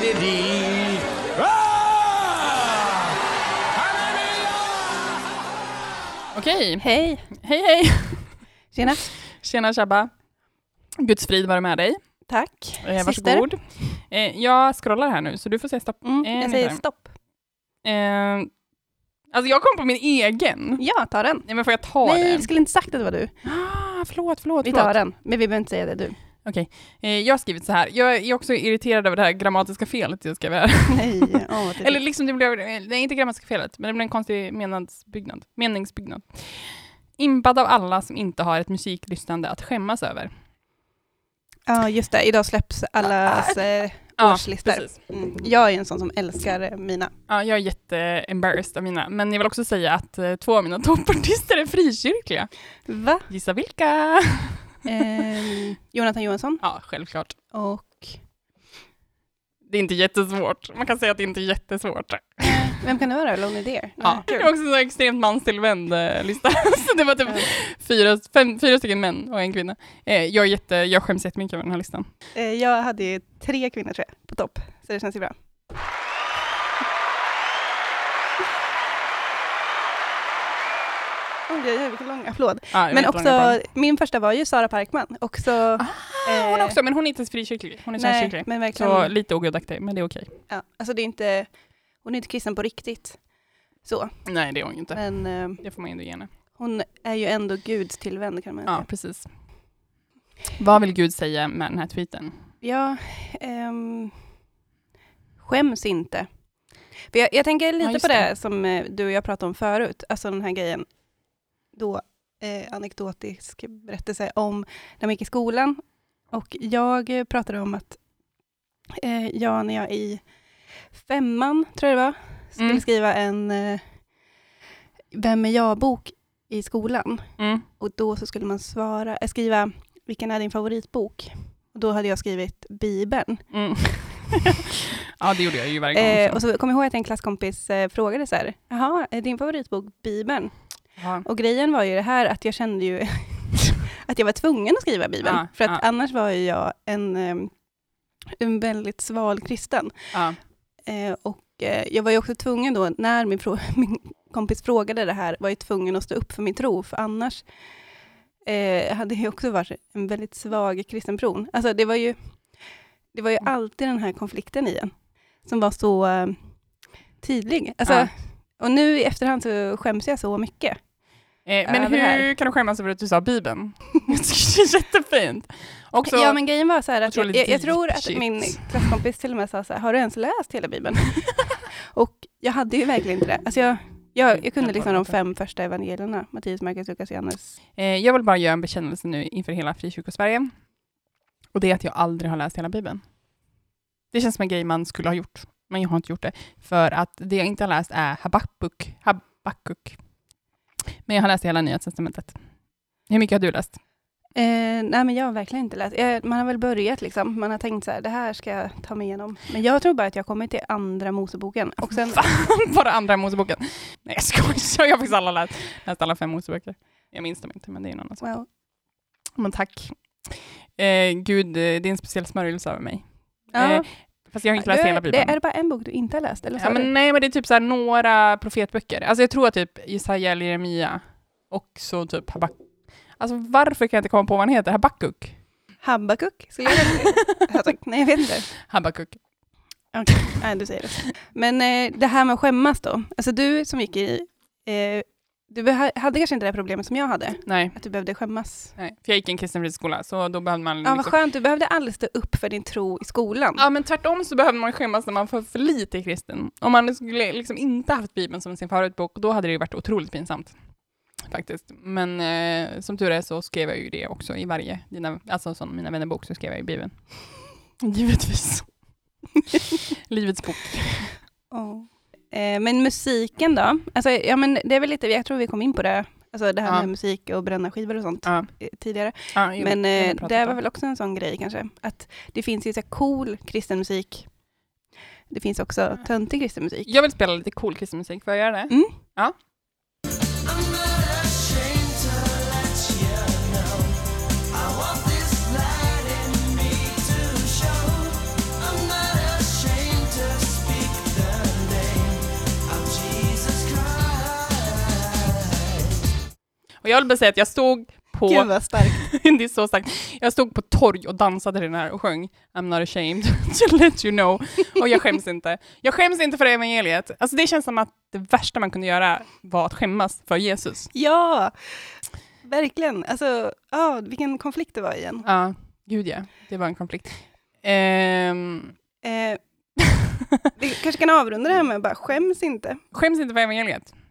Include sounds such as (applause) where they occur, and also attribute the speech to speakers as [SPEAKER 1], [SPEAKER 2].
[SPEAKER 1] Di-di-di-di-di-di-di. Ah! Halleluja!
[SPEAKER 2] Okej,
[SPEAKER 3] Hej!
[SPEAKER 2] hej hej!
[SPEAKER 3] Tjena!
[SPEAKER 2] Tjena tjabba! Guds frid vare med dig.
[SPEAKER 3] Tack!
[SPEAKER 2] Eh,
[SPEAKER 3] Syster.
[SPEAKER 2] varsågod. Eh, jag scrollar här nu, så du får säga stopp.
[SPEAKER 3] Mm,
[SPEAKER 2] Eh,
[SPEAKER 3] jag säger
[SPEAKER 2] nej.
[SPEAKER 3] stopp.
[SPEAKER 2] Eh, alltså jag kom på min egen.
[SPEAKER 3] Ja, ta den!
[SPEAKER 2] Nej men får jag ta
[SPEAKER 3] Nej,
[SPEAKER 2] den?
[SPEAKER 3] vi skulle inte sagt att det var du.
[SPEAKER 2] Ah, förlåt, förlåt,
[SPEAKER 3] Vi
[SPEAKER 2] förlåt.
[SPEAKER 3] tar den, men vi behöver inte säga
[SPEAKER 2] (laughs)
[SPEAKER 3] det du.
[SPEAKER 2] Eh, jag har skrivit så här. Jag är också irriterad över det här grammatiska felet jag skrev här.
[SPEAKER 3] Nej, åh vad
[SPEAKER 2] Eller
[SPEAKER 3] Eller...
[SPEAKER 2] liksom, det blev, det är inte grammatiska felet, men det blev en konstig menadsbyggnad, meningsbyggnad. Impad av alla som inte har ett musiklyssnande att skämmas över.
[SPEAKER 3] Ja, just det. Idag släpps allas eh,
[SPEAKER 2] Ah, Ja,
[SPEAKER 3] årslistor.
[SPEAKER 2] precis.
[SPEAKER 3] Mm. Jag är en sån som älskar eh, mina.
[SPEAKER 2] Ja, jag är jätte-embarrassed av mina, men jag vill också säga att eh, två av mina (laughs) toppartister är frikyrkliga.
[SPEAKER 3] Va?
[SPEAKER 2] Gissa vilka? (laughs)
[SPEAKER 3] Ehm, Jonathan Johansson
[SPEAKER 2] Ja, självklart.
[SPEAKER 3] och...
[SPEAKER 2] Det är inte jättesvårt. Man kan säga att det inte är jättesvårt.
[SPEAKER 3] Vem kan det vara? Lonely Deer?
[SPEAKER 2] Ja, (laughs) det var också en så här extremt manstillvänd eh, lista. (laughs) Så det var typ
[SPEAKER 3] Ja.
[SPEAKER 2] fyra, fem, fyra stycken män och en kvinna. Eh, jag, är jätte, jag skäms jättemycket över den här listan.
[SPEAKER 3] Eh, Jag hade ju tre kvinnor tror jag, på topp. Så det känns ju bra. Oj, oj, oj, vilken lång applåd.
[SPEAKER 2] Ja, det var
[SPEAKER 3] Men
[SPEAKER 2] inte långa
[SPEAKER 3] också,
[SPEAKER 2] plan.
[SPEAKER 3] min första var ju Sara Parkman. Också,
[SPEAKER 2] Ah,
[SPEAKER 3] eh,
[SPEAKER 2] Hon också, men hon är inte ens frikyrklig. Hon är
[SPEAKER 3] nej,
[SPEAKER 2] kyrklig.
[SPEAKER 3] men verkligen.
[SPEAKER 2] Så lite ogudaktig, men det är okej.
[SPEAKER 3] Ja, alltså det är inte, hon är inte kristen på riktigt. Så,
[SPEAKER 2] Nej, det är hon ju inte.
[SPEAKER 3] men eh,
[SPEAKER 2] Det får man ju ändå ge henne.
[SPEAKER 3] hon är ju ändå Guds tillvänd kan man
[SPEAKER 2] Ja,
[SPEAKER 3] säga.
[SPEAKER 2] precis. Vad vill Gud säga med den här tweeten?
[SPEAKER 3] Ja, ehm, skäms inte. För jag, jag tänker lite
[SPEAKER 2] just
[SPEAKER 3] på det,
[SPEAKER 2] det.
[SPEAKER 3] som eh, du och jag pratade om förut, alltså den här grejen, då eh, anekdotisk berättelse om när man gick i skolan. Och jag eh, pratade om att eh, jag när jag i femman, tror jag det var, skulle
[SPEAKER 2] Mm.
[SPEAKER 3] skriva en eh, Vem är jag-bok i skolan.
[SPEAKER 2] Mm.
[SPEAKER 3] Och då så skulle man svara, äh, skriva vilken är din favoritbok? Och då hade jag skrivit Bibeln.
[SPEAKER 2] Mm. (laughs) ja, det gjorde jag ju varje gång.
[SPEAKER 3] Eh,
[SPEAKER 2] så.
[SPEAKER 3] och så kom jag ihåg att en klasskompis eh, frågade så här, jaha, är din favoritbok Bibeln?
[SPEAKER 2] ja.
[SPEAKER 3] Och grejen var ju det här att jag kände ju (laughs) att jag var tvungen att skriva Bibeln,
[SPEAKER 2] Ja,
[SPEAKER 3] för att
[SPEAKER 2] ja.
[SPEAKER 3] annars var ju jag en, eh, en väldigt sval kristen.
[SPEAKER 2] Ja.
[SPEAKER 3] Eh, och eh, jag var ju också tvungen då, när min, frå- (laughs) min kompis frågade det här, var jag tvungen att stå upp för min tro, för annars eh, hade jag också varit en väldigt svag kristen person. Alltså det var ju, det var ju alltid den här konflikten i en, som var så eh, tydlig. Alltså,
[SPEAKER 2] Ja.
[SPEAKER 3] Och nu i efterhand så skäms jag så mycket.
[SPEAKER 2] Eh, men
[SPEAKER 3] Över här.
[SPEAKER 2] hur kan du skämmas över att du sa Bibeln? (laughs) Jag tycker det är jättefint. Också,
[SPEAKER 3] ja men grejen var så här att jag,
[SPEAKER 2] otroligt
[SPEAKER 3] jag, jag
[SPEAKER 2] deep
[SPEAKER 3] tror att
[SPEAKER 2] shit.
[SPEAKER 3] min klasskompis till och med sa så här, har du ens läst hela Bibeln? (laughs) och jag hade ju verkligen inte det. Alltså jag, jag, jag kunde liksom de fem första evangelierna, Mattias, Markus, Lukas, Johannes.
[SPEAKER 2] eh, jag vill bara göra en bekännelse nu inför hela Frikyrkosverige. Och det är att jag aldrig har läst hela Bibeln. Det känns som en grej man skulle ha gjort, men jag har inte gjort det. För att det jag inte har läst är Habakuk. Habakuk. Men jag har läst hela Nya Testamentet. Hur mycket har du läst?
[SPEAKER 3] Eh, nej men jag har verkligen inte läst. Jag, man har väl börjat liksom, man har tänkt så här, det här ska jag ta mig igenom. Men jag tror bara att jag kommer till andra Moseboken. Och sen,
[SPEAKER 2] (laughs) Bara andra Moseboken. Nej jag skojar, (laughs) jag har faktiskt alla läst, läst alla fem Moseböcker. Jag minns dem inte, men det är en annan sak.
[SPEAKER 3] wow,
[SPEAKER 2] Men tack. Eh, Gud, eh, det är en speciell smörjelse över mig.
[SPEAKER 3] ja,
[SPEAKER 2] Eh, Fast jag har inte
[SPEAKER 3] du,
[SPEAKER 2] läst hela
[SPEAKER 3] är, det,
[SPEAKER 2] Bibeln.
[SPEAKER 3] är det bara en bok du inte har läst? Eller så
[SPEAKER 2] ja, men, nej, men det är typ så här några profetböcker. Alltså jag tror att typ Jesaja eller Jeremia och så typ Habak... Alltså varför kan jag inte komma på vad han heter? Habakuk?
[SPEAKER 3] Habakuk? Skulle jag (laughs) alltså, nej jag vet inte.
[SPEAKER 2] (laughs) Habakuk.
[SPEAKER 3] Nej, du säger det. Men eh, det här med att skämmas då. Alltså du som gick i, eh, du beha- hade kanske inte det här problemet som jag hade,
[SPEAKER 2] Nej,
[SPEAKER 3] att du behövde skämmas.
[SPEAKER 2] nej, för jag gick i en kristen friskola, så då behövde man...
[SPEAKER 3] Ja, vad
[SPEAKER 2] liksom-
[SPEAKER 3] skönt, du behövde aldrig stå upp för din tro i skolan.
[SPEAKER 2] Ja, men tvärtom så behöver man skämmas när man får för lite kristen. Om man skulle liksom inte haft Bibeln som sin favoritbok, då hade det ju varit otroligt pinsamt. Faktiskt. Men eh, som tur är så skrev jag ju det också i varje, dina, alltså som Mina vännerbok, så skrev jag ju
[SPEAKER 3] (laughs)
[SPEAKER 2] Bibeln. Givetvis. (laughs) Livets bok.
[SPEAKER 3] Åh. Eh, men musiken då? Alltså, ja, men det är väl lite, jag tror vi kom in på det, alltså det här
[SPEAKER 2] Ja.
[SPEAKER 3] med musik och bränna skivor och sånt
[SPEAKER 2] Ja.
[SPEAKER 3] eh, tidigare.
[SPEAKER 2] Ja, jag-
[SPEAKER 3] men
[SPEAKER 2] jag har
[SPEAKER 3] eh,
[SPEAKER 2] pratat
[SPEAKER 3] det
[SPEAKER 2] om.
[SPEAKER 3] var väl också en sån grej kanske, att det finns ju så här cool kristen musik. Det finns också töntig kristen musik.
[SPEAKER 2] Jag vill spela lite cool kristen musik, får jag göra det?
[SPEAKER 3] Mm.
[SPEAKER 2] Ja. Och jag vill bara säga att jag stod på...
[SPEAKER 3] Gud vad
[SPEAKER 2] (laughs)
[SPEAKER 3] starkt.
[SPEAKER 2] det är så starkt. Jag stod på torg och dansade till den här och sjöng I'm not ashamed (laughs) to let you know. Och jag skäms inte. Jag skäms inte för evangeliet. Alltså det känns som att det värsta man kunde göra var att skämmas för Jesus.
[SPEAKER 3] Ja, verkligen. Alltså, ja, vilken konflikt det var igen.
[SPEAKER 2] Ja, gud ja. Det var en konflikt. Ehm, (laughs)
[SPEAKER 3] Eh, vi kanske kan avrunda det här med bara skäms inte.
[SPEAKER 2] skäms inte för evangeliet.